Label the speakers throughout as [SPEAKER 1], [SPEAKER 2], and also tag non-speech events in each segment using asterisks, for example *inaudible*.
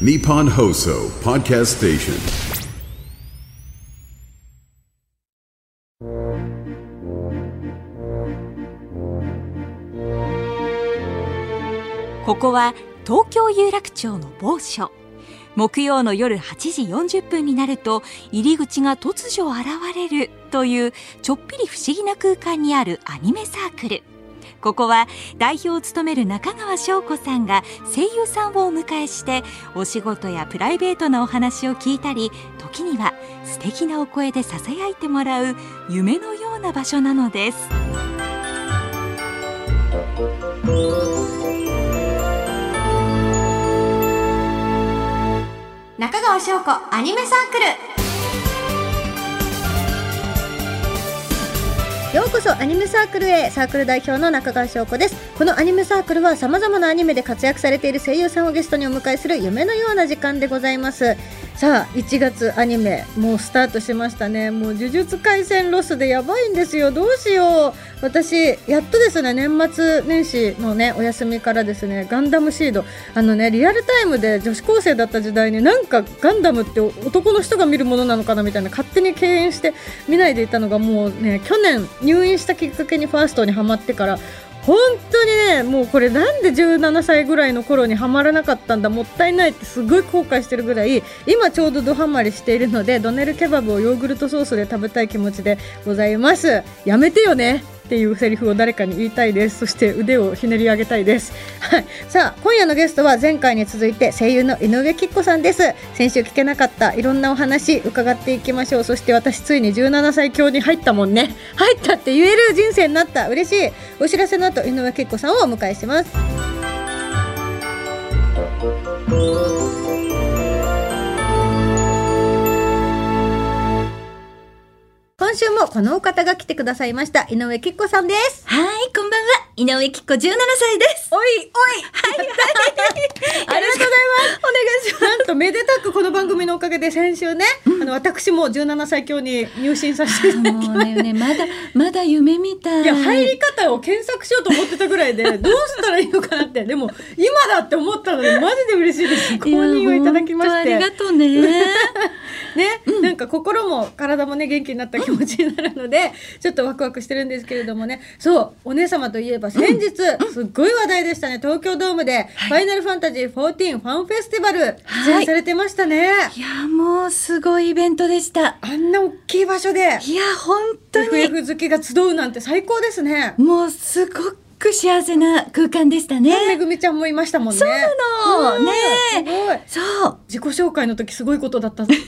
[SPEAKER 1] Nippon Hoso Podcast Station.
[SPEAKER 2] ここは東京有楽町の某所木曜の夜8時40分になると入り口が突如現れるというちょっぴり不思議な空間にあるアニメサークルここは代表を務める中川翔子さんが声優さんをお迎えしてお仕事やプライベートなお話を聞いたり時には素敵なお声でささやいてもらう夢のような場所なのです
[SPEAKER 3] 中川翔子アニメサークル
[SPEAKER 4] ようこそアニメサークルへサークル代表の中川翔子ですこのアニメサークルは様々なアニメで活躍されている声優さんをゲストにお迎えする夢のような時間でございますさあ1月アニメもうスタートしましたねもう呪術廻戦ロスでやばいんですよどうしよう私やっとですね年末年始のねお休みからですねガンダムシードあのねリアルタイムで女子高生だった時代になんかガンダムって男の人が見るものなのかなみたいな勝手に敬遠して見ないでいたのがもうね去年入院したきっかけにファーストにはまってから本当にねもうこれなんで17歳ぐらいの頃にはまらなかったんだもったいないってすごい後悔してるぐらい今ちょうどどハマりしているのでドネルケバブをヨーグルトソースで食べたい気持ちでございますやめてよねっていうセリフを誰かに言いたいですそして腕をひねり上げたいです、はい、さあ今夜のゲストは前回に続いて声優の井上貴子さんです先週聞けなかったいろんなお話伺っていきましょうそして私ついに17歳強に入ったもんね入ったって言える人生になった嬉しいお知らせの後井上貴子さんをお迎えします今週もこのお方が来てくださいました井上きっこさんです
[SPEAKER 5] はいこんばんは井上きっこ17歳です
[SPEAKER 4] おいおい
[SPEAKER 5] はいは
[SPEAKER 4] *laughs* あ
[SPEAKER 5] い
[SPEAKER 4] りがとうございます
[SPEAKER 5] お願いします
[SPEAKER 4] なんとめでたくこの番組のおかげで先週ね、うん、あの私も17歳強に入信させ *laughs* ていただきま
[SPEAKER 5] したねまだまだ夢みたい
[SPEAKER 4] いや入り方を検索しようと思ってたぐらいでどうしたらいいのかなってでも今だって思ったのでマジで嬉しいです公認をいただきまして
[SPEAKER 5] ありがとうね、
[SPEAKER 4] ね、うん、なんか心も体もね元気になった気持ちになるので、ちょっとワクワクしてるんですけれどもねそうお姉様といえば先日、うん、すっごい話題でしたね東京ドームで、ファイナルファンタジー14ファンフェスティバル」出演されてましたね、はい
[SPEAKER 5] いやもうすごいイベントでした
[SPEAKER 4] あんな大きい場所でいや
[SPEAKER 5] 本当に
[SPEAKER 4] FF 好きが集うなんて最高ですね
[SPEAKER 5] もうすごく幸せな空間でしたね。
[SPEAKER 4] めぐみちゃんもいましたもんね。
[SPEAKER 5] そうなの、うん、ね
[SPEAKER 4] すごい。そう。自己紹介の時すごいことだった。だっ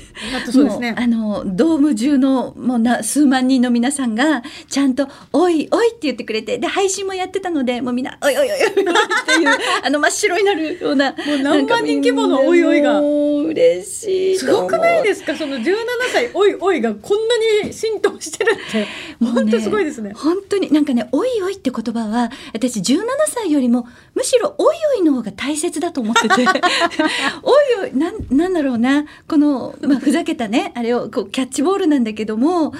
[SPEAKER 4] たそうですね。
[SPEAKER 5] あのドーム中のもうな数万人の皆さんがちゃんとおいおいって言ってくれて、で配信もやってたので、もうみんなおいおいおいおいっていう *laughs* あの真っ白になるようなも
[SPEAKER 4] う何万人規模のおいおいが
[SPEAKER 5] 嬉しい。
[SPEAKER 4] すごくないですかその17歳おいおいがこんなに浸透してるって、本当すごいですね。ね
[SPEAKER 5] 本当になんかねおいおいって言葉は私17歳よりもむしろおいおいの方が大切だと思ってて
[SPEAKER 4] *laughs*
[SPEAKER 5] おいおいななんだろうなこの、まあ、ふざけたねあれをこうキャッチボールなんだけども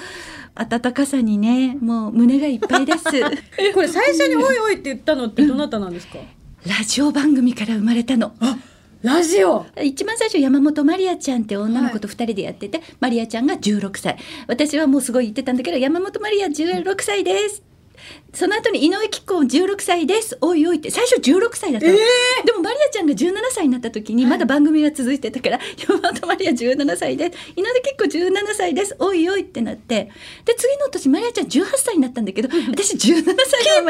[SPEAKER 5] 温かさにねもう胸がいっぱ
[SPEAKER 4] *laughs*
[SPEAKER 5] いです
[SPEAKER 4] これ最初に「おいおい」って言ったのってどなたなんですか、
[SPEAKER 5] うん、ラジオ番組から生まれたの。
[SPEAKER 4] ラジオ
[SPEAKER 5] 一番最初山本まりやちゃんって女の子と2人でやってて、はい、まりやちゃんが16歳私はもうすごい言ってたんだけど山本まりや16歳ですその後に井上貴子16歳ですおいおいって最初16歳だった、えー、でもマリアちゃんが17歳になった時にまだ番組が続いてたから「山本マリア17歳です井上貴子17歳ですおいおい」ってなってで次の年マリアちゃん18歳になったんだけど私17歳の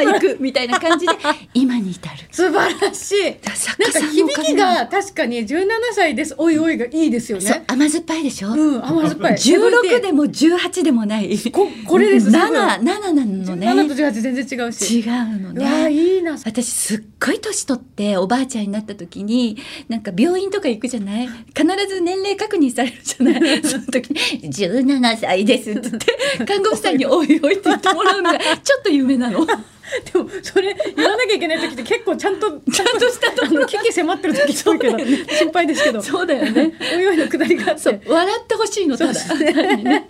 [SPEAKER 5] まま行くみたいな *laughs* 感じで今に至る
[SPEAKER 4] 素晴らしいなんか響きが確かに17歳ですおいおいがいいですよね、
[SPEAKER 5] 甘酸っぱいでしょ、うん
[SPEAKER 4] 甘酸っぱい
[SPEAKER 5] 16でも18でもない
[SPEAKER 4] ここれです
[SPEAKER 5] 7なのね
[SPEAKER 4] 7と18全然違うし
[SPEAKER 5] 違うのね
[SPEAKER 4] いいな
[SPEAKER 5] 私すっごい年取っておばあちゃんになった時になんか病院とか行くじゃない必ず年齢確認されるじゃない
[SPEAKER 4] *laughs*
[SPEAKER 5] その時に「17歳です」って言って看護婦さんに「おいおい」って言ってもら
[SPEAKER 4] *laughs*
[SPEAKER 5] うのがちょっと夢なの。
[SPEAKER 4] でもそれ言わなきゃいけない時って結構ちゃんと
[SPEAKER 5] ちゃんとしたところ
[SPEAKER 4] 危機迫ってる時そうけど、ね、心配ですけど
[SPEAKER 5] そうだよね
[SPEAKER 4] おいおいのくだりがあって
[SPEAKER 5] 笑ってほしいのただ、ね、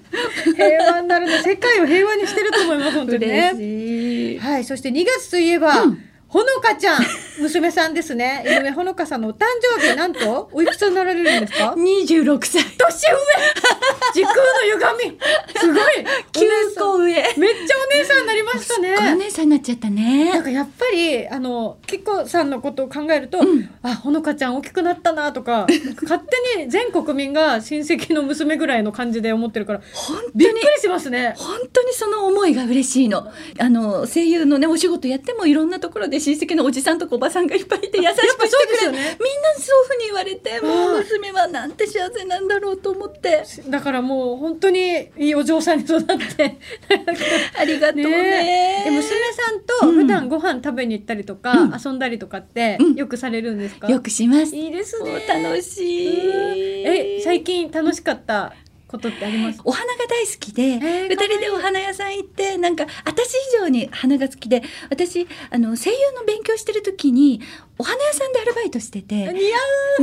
[SPEAKER 4] 平和になるね世界を平和にしてると思います本当にねはいそして2月といえば、うんほのかちゃん、娘さんですね。井上ほのかさんのお誕生日、なんと、おいくつになられるんですか
[SPEAKER 5] 26歳
[SPEAKER 4] 年上時空の歪みす
[SPEAKER 5] *laughs*
[SPEAKER 4] ごい
[SPEAKER 5] 9個上
[SPEAKER 4] めっちゃお姉さんになりましたね。
[SPEAKER 5] お姉さんになっちゃった
[SPEAKER 4] なん
[SPEAKER 5] ね
[SPEAKER 4] かやっぱりあのきっこさんのことを考えると、あほのかちゃん大きくなったなとか勝手に全国民が親戚の娘ぐらいの感じで思ってるから
[SPEAKER 5] 本当
[SPEAKER 4] びっ
[SPEAKER 5] に
[SPEAKER 4] くりしますね。
[SPEAKER 5] 本当にその思いが嬉しいのあの声優のねお仕事やってもいろんなところで親戚のおじさんとかおばさんがいっぱいいて優しく
[SPEAKER 4] やっぱ
[SPEAKER 5] し
[SPEAKER 4] そう
[SPEAKER 5] て
[SPEAKER 4] です
[SPEAKER 5] くれ
[SPEAKER 4] よ
[SPEAKER 5] る、
[SPEAKER 4] ね
[SPEAKER 5] みんなそういうふうに言われても
[SPEAKER 4] う
[SPEAKER 5] うん娘はなんて幸せなんだろうと思って
[SPEAKER 4] だからもう本当にいいお嬢さんに育ってね
[SPEAKER 5] ありがとうね
[SPEAKER 4] で娘さんと普段ご飯食べに行ったりとか、
[SPEAKER 5] うん
[SPEAKER 4] 遊んだりとかって
[SPEAKER 5] うん
[SPEAKER 4] よくされるんですか、
[SPEAKER 5] よくします
[SPEAKER 4] いいです
[SPEAKER 5] もう
[SPEAKER 4] ね
[SPEAKER 5] 楽しい
[SPEAKER 4] え最近楽しかったことってあります
[SPEAKER 5] お花が大好きで、二
[SPEAKER 4] ー
[SPEAKER 5] 人でお花屋さん行ってなんか私以上に花が好きで私あの声優の勉強してる時にお花屋さんでアルバイトしてて
[SPEAKER 4] 似合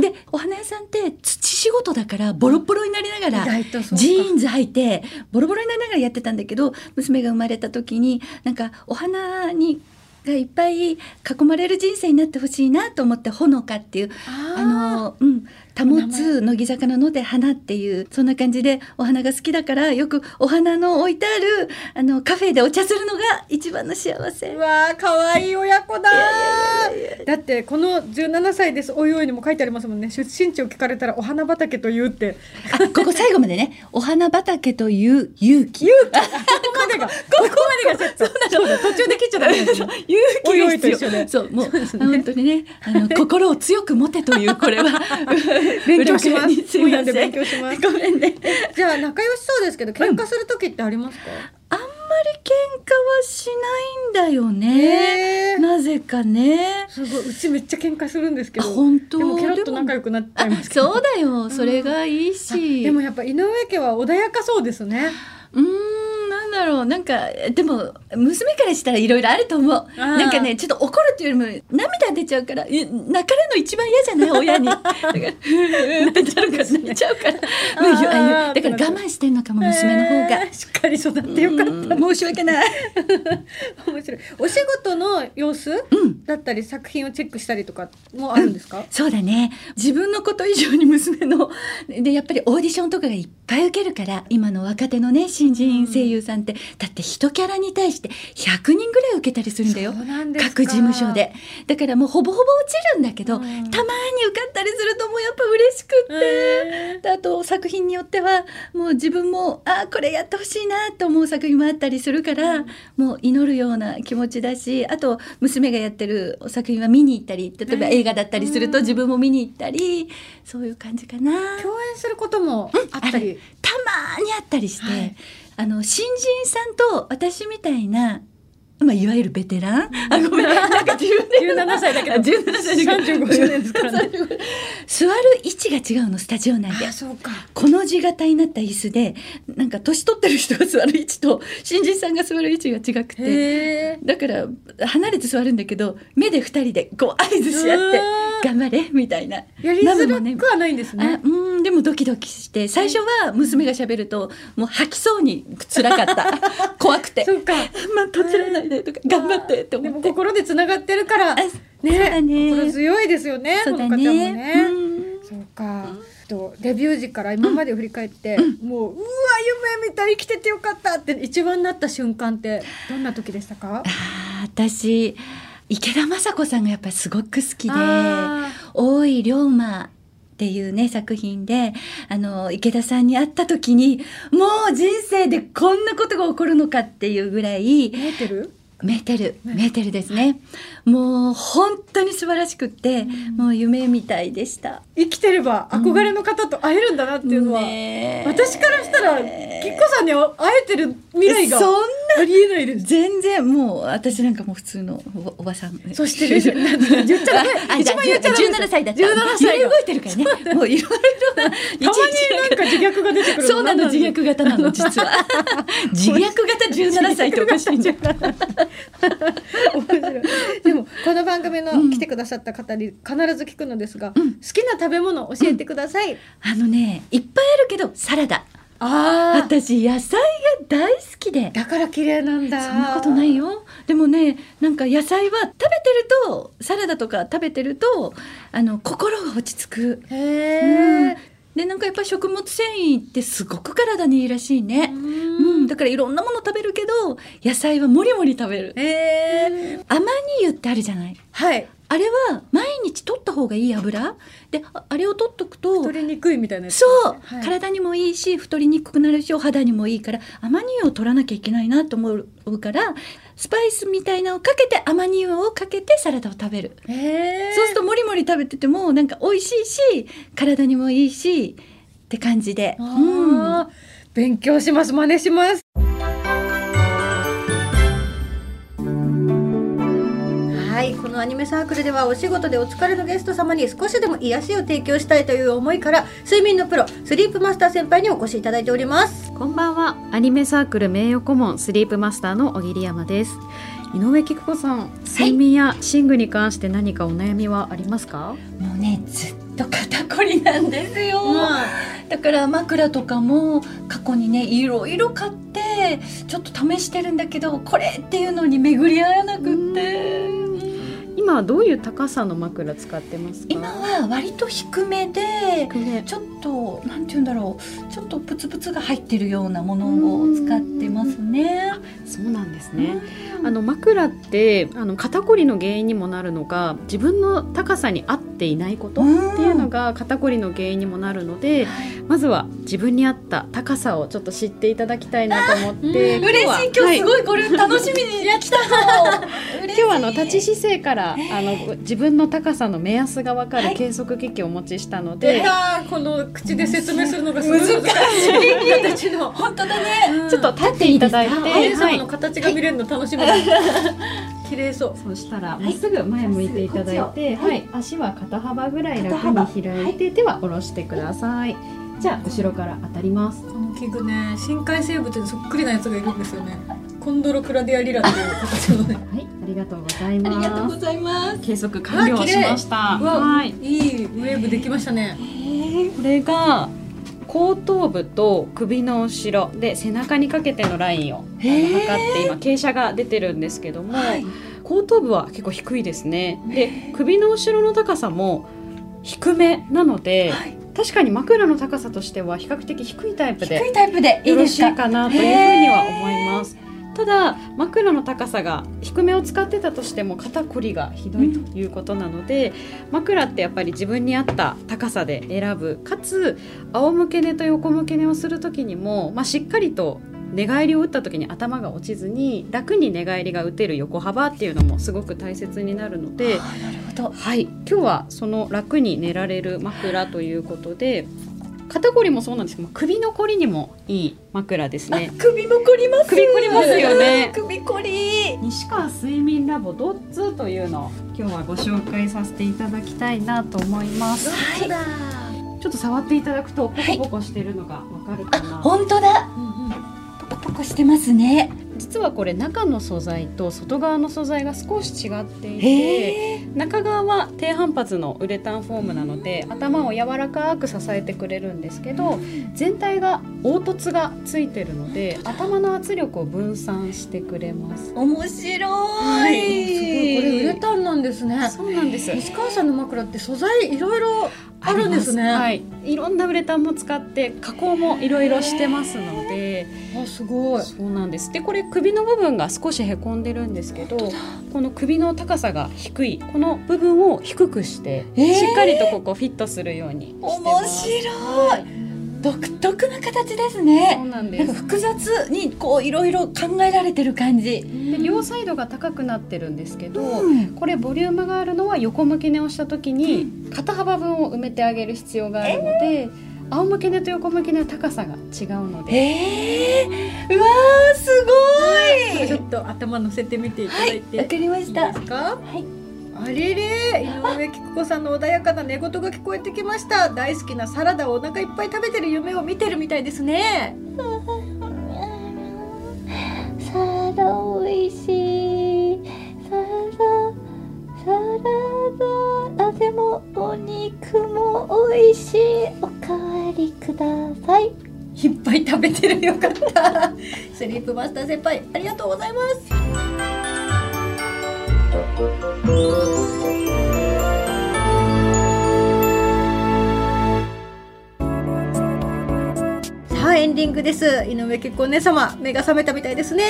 [SPEAKER 5] *laughs* でお花屋さんって土仕事だからボロボロになりながら
[SPEAKER 4] 意外とそうか
[SPEAKER 5] ジーンズ履いてボロボロになりながらやってたんだけど娘が生まれた時になんかお花にがいっぱい囲まれる人生になってほしいなと思ってほのかっていう
[SPEAKER 4] あー
[SPEAKER 5] あのうん保つ乃木坂の「の」で「花」っていうそんな感じでお花が好きだからよくお花の置いてあるあのカフェでお茶するのが一番の幸せ
[SPEAKER 4] う。わー可愛い親子だーだってこの17歳ですおいおいにも書いてありますもんね出身地を聞かれたらお花畑と言う
[SPEAKER 5] *laughs*
[SPEAKER 4] って
[SPEAKER 5] あここ最後までね「お花畑という勇気」
[SPEAKER 4] ここまでがここまでがセ
[SPEAKER 5] *laughs*
[SPEAKER 4] ットそうだ途中で切っちゃダメですね
[SPEAKER 5] 勇気が必
[SPEAKER 4] おいおいと一緒
[SPEAKER 5] 要
[SPEAKER 4] で
[SPEAKER 5] そうもう本当にねあの心を強く持てというこれ *laughs* は
[SPEAKER 4] 勉強します
[SPEAKER 5] 裏返すい
[SPEAKER 4] 本読
[SPEAKER 5] ませ
[SPEAKER 4] んで勉強します
[SPEAKER 5] ごめんね
[SPEAKER 4] じゃあ仲良しそうですけど喧嘩する時ってありますか、
[SPEAKER 5] あんまり喧嘩はしないんだよ
[SPEAKER 4] え
[SPEAKER 5] ねなぜかね
[SPEAKER 4] すごいうちめっちゃ喧嘩するんですけど
[SPEAKER 5] あ本当
[SPEAKER 4] でもケロッと仲良くなっちゃいますけど
[SPEAKER 5] そうだよそれがいいし、
[SPEAKER 4] でもやっぱ井上家は穏やかそうですね
[SPEAKER 5] うーんなんだろうなんかでも娘からしたらいろいろあると思う
[SPEAKER 4] ー
[SPEAKER 5] なんかねちょっと怒るっていうよりも涙出ちゃうからい泣かれるの一番嫌じゃない親にだからふーってなっちゃうから泣いちゃうからうん
[SPEAKER 4] あー
[SPEAKER 5] あだから我慢してんのかも娘の方が
[SPEAKER 4] え、ーしっかり育ってよかった
[SPEAKER 5] うん申し訳ない
[SPEAKER 4] *laughs* 面白いお仕事の様子、
[SPEAKER 5] うん
[SPEAKER 4] だったり作品をチェックしたりとかもあるんですか、
[SPEAKER 5] そうだね自分のこと以上に娘のでやっぱりオーディションとかがいっぱい受けるから今の若手のね新人声優さんって、だって一キャラに対して100人ぐらい受けたりするんだよ
[SPEAKER 4] そうなんですか
[SPEAKER 5] 各事務所でだからもうほぼほぼ落ちるんだけど、
[SPEAKER 4] うん
[SPEAKER 5] たまに受かったりするともうやっぱ嬉しくって、であと作品によってはもう自分もあーこれやってほしいなと思う作品もあったりするから、もう祈るような気持ちだしあと娘がやってる作品は見に行ったり例えば映画だったりすると自分も見に行ったりそういう感じかな。
[SPEAKER 4] 共演することもあったり、
[SPEAKER 5] るたまーにあったりして、
[SPEAKER 4] はい
[SPEAKER 5] あの新人さんと私みたいな、まあ、いわゆるベテラン、あごめんなんか自分で言うの
[SPEAKER 4] 17歳だけど
[SPEAKER 5] あ17歳だけど
[SPEAKER 4] 35周年ですからね
[SPEAKER 5] 座る位置が違うのスタジオ内で
[SPEAKER 4] あそうか
[SPEAKER 5] この字型になった椅子でなんか年取ってる人が座る位置と新人さんが座る位置が違くて
[SPEAKER 4] へえ
[SPEAKER 5] だから離れて座るんだけど目で二人でこう合図し合って
[SPEAKER 4] うわ
[SPEAKER 5] 「頑張れ」みたいな。
[SPEAKER 4] やり
[SPEAKER 5] な
[SPEAKER 4] づ
[SPEAKER 5] のもね
[SPEAKER 4] らくはないんです
[SPEAKER 5] あ
[SPEAKER 4] ね
[SPEAKER 5] うんでもドキドキして最初は娘が喋るともう吐きそうに辛かった
[SPEAKER 4] *laughs*
[SPEAKER 5] 怖くて
[SPEAKER 4] そうか
[SPEAKER 5] 「まあとちらないで」とか「頑張って」って
[SPEAKER 4] で
[SPEAKER 5] 思
[SPEAKER 4] も
[SPEAKER 5] って
[SPEAKER 4] 心でつながってるから
[SPEAKER 5] あ
[SPEAKER 4] ね
[SPEAKER 5] そうだね
[SPEAKER 4] 心強いですよね
[SPEAKER 5] そうだ
[SPEAKER 4] ほのかちゃんも
[SPEAKER 5] ね
[SPEAKER 4] ね、
[SPEAKER 5] うん
[SPEAKER 4] そうか、とデビュー時から今まで振り返って、もううわ夢みたい生きててよかったって一番なった瞬間ってどんな時でしたか
[SPEAKER 5] あー私池田雅子さんがやっぱりすごく好きで
[SPEAKER 4] あ
[SPEAKER 5] 「大井龍馬」っていうね作品であの池田さんに会った時にもう人生でこんなことが起こるのかっていうぐらい
[SPEAKER 4] 見えてる
[SPEAKER 5] メーテル、メーテルですね。もう本当に素晴らしくって、もう夢みたいでした。
[SPEAKER 4] 生きてれば憧れの方と会えるんだなっていうのは、
[SPEAKER 5] ねえ
[SPEAKER 4] 私からしたらきっこさんに会えてる未来が
[SPEAKER 5] そん
[SPEAKER 4] ありえないです。
[SPEAKER 5] 全然もう私なんかもう普通のおおばさん。
[SPEAKER 4] そして
[SPEAKER 5] *laughs*
[SPEAKER 4] です言っちゃダメ
[SPEAKER 5] あ
[SPEAKER 4] 一番言っちゃダメ
[SPEAKER 5] じ17歳だった。
[SPEAKER 4] 17歳
[SPEAKER 5] *laughs*
[SPEAKER 4] が
[SPEAKER 5] 揺れ動いてるからね。もうい *laughs* ろいろな。
[SPEAKER 4] たまになんか自虐が出てくる
[SPEAKER 5] そうなの自虐型なの実は *laughs* 自虐型17歳っておかしいんだよ
[SPEAKER 4] 面白いでもこの番組の来てくださった方に必ず聞くのですが、好きな食べ物教えてください、
[SPEAKER 5] あのねいっぱいあるけどサラダ
[SPEAKER 4] ああ
[SPEAKER 5] 私野菜が大好きで
[SPEAKER 4] だから綺麗なんだ
[SPEAKER 5] そんなことないよでもねなんか野菜は食べてるとサラダとか食べてるとあの心が落ち着く、
[SPEAKER 4] へ
[SPEAKER 5] うん
[SPEAKER 4] え、
[SPEAKER 5] でなんかやっぱり食物繊維ってすごく体にいいらしいね、うん、だからいろんなもの食べるけど野菜はもりもり食べる
[SPEAKER 4] ええ
[SPEAKER 5] 甘煮油ってあるじゃない
[SPEAKER 4] はい
[SPEAKER 5] あれは毎日取った方がいい油でああれを取っとくと
[SPEAKER 4] 取りにくいみたいなやつ
[SPEAKER 5] そう、
[SPEAKER 4] はい
[SPEAKER 5] 体にもいいし太りにくくなるしお肌にもいいからアマニ油を取らなきゃいけないなと思うからスパイスみたいなのをかけてアマニ油をかけてサラダを食べる、
[SPEAKER 4] へえ
[SPEAKER 5] そうするともりもり食べててもなんか美味しいし体にもいいしって感じで、うん、
[SPEAKER 4] あー勉強します真似しますはいこのアニメサークルではお仕事でお疲れのゲスト様に少しでも癒しを提供したいという思いから睡眠のプロスリープマスター先輩にお越しいただいております
[SPEAKER 6] こんばんはアニメサークル名誉顧問スリープマスターの小桐山です井上貴子さん睡眠や寝具に関して何かお悩みはありますか、
[SPEAKER 5] もうねずっと肩こりなんですよ、
[SPEAKER 4] う
[SPEAKER 5] だから枕とかも過去にねいろいろ買ってちょっと試してるんだけどこれっていうのに巡り合わなくって。
[SPEAKER 6] 今はどういう高さの枕使ってますか
[SPEAKER 5] 今は割と低めで
[SPEAKER 6] 低め
[SPEAKER 5] ちょっとなんて言うんだろうちょっとプツプツが入ってるようなものを使ってますね。
[SPEAKER 6] そうなんですねあの枕ってあの肩こりの原因にもなるのが自分の高さに合っていないこと
[SPEAKER 5] うん
[SPEAKER 6] っていうのが肩こりの原因にもなるのでまずは自分に合った高さをちょっと知っていただきたいなと思って
[SPEAKER 5] 嬉しい
[SPEAKER 6] は
[SPEAKER 5] 今
[SPEAKER 6] は
[SPEAKER 5] 日すごいこれ楽しみに来たの。今
[SPEAKER 6] 今日はあの立ち姿勢からあの自分の高さの目安がわかる計測機器をお持ちしたので、
[SPEAKER 4] わーこの口で説明するのがすごい難しい *laughs* 形の
[SPEAKER 5] 本当だね。
[SPEAKER 6] ちょっと立っていただいて、
[SPEAKER 4] お姉
[SPEAKER 6] は
[SPEAKER 4] 様
[SPEAKER 6] い
[SPEAKER 4] の形が見れるの楽しみです綺麗そう
[SPEAKER 6] そうしたらまっすぐ前向いていただいて、はい足は肩幅ぐらい楽に開いて、手は下ろしてください。じゃあ後ろから当たります。
[SPEAKER 4] この器具ね深海生物にそっくりなやつがいるんですよねコンドロクラデアリラっていう形のね
[SPEAKER 6] はい、ありがとうござい
[SPEAKER 5] ありがとう
[SPEAKER 6] ま
[SPEAKER 5] ご
[SPEAKER 6] す。
[SPEAKER 5] ざいます。
[SPEAKER 6] 計測完了しました。
[SPEAKER 4] うわ、
[SPEAKER 6] はい
[SPEAKER 4] い、。いウェーブできましたね
[SPEAKER 6] これが後頭部と首の後ろで背中にかけてのラインをあの測って今傾斜が出てるんですけども、後頭部は結構低いですねで首の後ろの高さも低めなので、確かに枕の高さとしては比較的低いタイプで
[SPEAKER 5] 低いタイプでい
[SPEAKER 6] よ
[SPEAKER 5] い
[SPEAKER 6] ろ
[SPEAKER 5] で
[SPEAKER 6] し
[SPEAKER 5] すか
[SPEAKER 6] い。かなというふうには思います。ただ枕の高さが低めを使ってたとしても肩こりがひどいということなので、枕ってやっぱり自分に合った高さで選ぶかつ仰向け寝と横向け寝をする時にも、まあ、しっかりと寝返りを打った時に頭が落ちずに楽に寝返りが打てる横幅っていうのもすごく大切になるので、
[SPEAKER 5] あなるほど。
[SPEAKER 6] はい、今日はその楽に寝られる枕ということで肩こりもそうなんですけど首のこりにもいい枕ですね
[SPEAKER 5] 首も凝ります。
[SPEAKER 6] 首凝ります
[SPEAKER 4] *laughs*
[SPEAKER 6] よね
[SPEAKER 5] 首こり。
[SPEAKER 6] 西川睡眠ラボドッツというのを今日はご紹介させていただきたいなと思います
[SPEAKER 4] そうだ
[SPEAKER 6] ちょっと触っていただくとポコポコしてるのがわかるかな、
[SPEAKER 5] 本当だ。ポコポコしてますね。
[SPEAKER 6] 実はこれ中の素材と外側の素材が少し違っていて
[SPEAKER 5] へえ。
[SPEAKER 6] 中側は低反発のウレタンフォームなので頭を柔らかく支えてくれるんですけど全体が凹凸がついてるので頭の圧力を分散してくれます
[SPEAKER 5] 面白。
[SPEAKER 4] はいい、すごいこれウレタンなんですね
[SPEAKER 6] そうなんです
[SPEAKER 4] 西川さんの枕って素材いろいろあるんですね
[SPEAKER 6] はい、いろんなウレタンも使って加工もいろいろしてますので
[SPEAKER 4] あすごい
[SPEAKER 6] そうなんですでこれ首の部分が少しへこんでるんですけどこの首の高さが低いこの部分を低くして
[SPEAKER 5] えー
[SPEAKER 6] しっかりとここフィットするようにしてま
[SPEAKER 5] 面
[SPEAKER 6] す
[SPEAKER 5] 白い独特な形ですね
[SPEAKER 6] そうなんで
[SPEAKER 5] な
[SPEAKER 6] す
[SPEAKER 5] んか複雑にこういろいろ考えられてる感じ、
[SPEAKER 6] で両サイドが高くなってるんですけど、
[SPEAKER 5] うん
[SPEAKER 6] これボリュームがあるのは横向き寝をした時に肩幅分を埋めてあげる必要があるので、仰向け寝と横向き寝は高さが違うので、
[SPEAKER 5] えー、うわーす
[SPEAKER 4] ち
[SPEAKER 5] ご
[SPEAKER 4] ょっと頭乗せてみていただいて、
[SPEAKER 5] いわかりました
[SPEAKER 4] ですか、あれれ井上貴子さんの穏やかな寝言が聞こえてきました大好きなサラダをお腹いっぱい食べてる夢を見てるみたいですね
[SPEAKER 7] サラダおいしいサラサラダあでもお肉もおいしいおかわりください
[SPEAKER 4] いっぱい食べてるよかったスリープマスター先輩ありがとうございますさあエンディングです井上結婚姉様目が覚めたみたいですね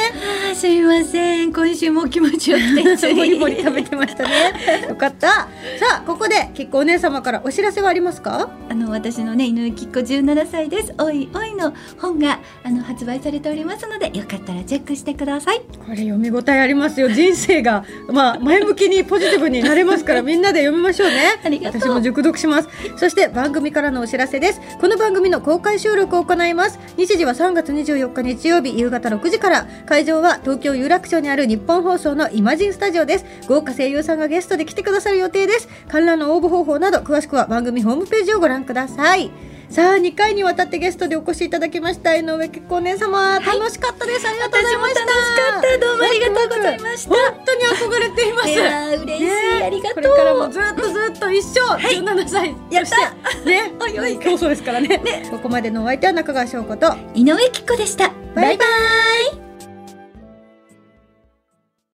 [SPEAKER 5] あーすみません今週も気持ちよく
[SPEAKER 4] *laughs*
[SPEAKER 5] て *laughs* つい
[SPEAKER 4] もりもり食べてましたねよかったさあここで結婚姉様からお知らせはありますか
[SPEAKER 5] あの私のね井上きっ子17歳ですおいおいの本があの発売されておりますのでよかったらチェックしてください
[SPEAKER 4] これ読み応えありますよ人生がまあ前向きにポジティブになれます
[SPEAKER 5] *laughs*
[SPEAKER 4] からみんなで読みましょうね
[SPEAKER 5] ありがとう
[SPEAKER 4] 私も熟読しますそして番組からのお知らせですこの番組の公開収録を行います日時は3月24日日曜日夕方6時から会場は東京有楽町にある日本放送のイマジンスタジオです豪華声優さんがゲストで来てくださる予定です観覧の応募方法など詳しくは番組ホームページをご覧くださいさあ2回にわたってゲストでお越しいただきました井上結婚姉様、楽しかったですありがとうございました
[SPEAKER 5] 私も楽しかったどうもありがとうございました
[SPEAKER 4] 本当に憧れています
[SPEAKER 5] いやー嬉しいありがとう
[SPEAKER 4] これからもずっとずっと一生、17歳
[SPEAKER 5] やった
[SPEAKER 4] そしてね
[SPEAKER 5] おいおい
[SPEAKER 4] そうそうですからねここまでのお相手は中川翔子と
[SPEAKER 5] 井上きっ子でした
[SPEAKER 4] バイバイ
[SPEAKER 5] バイバイ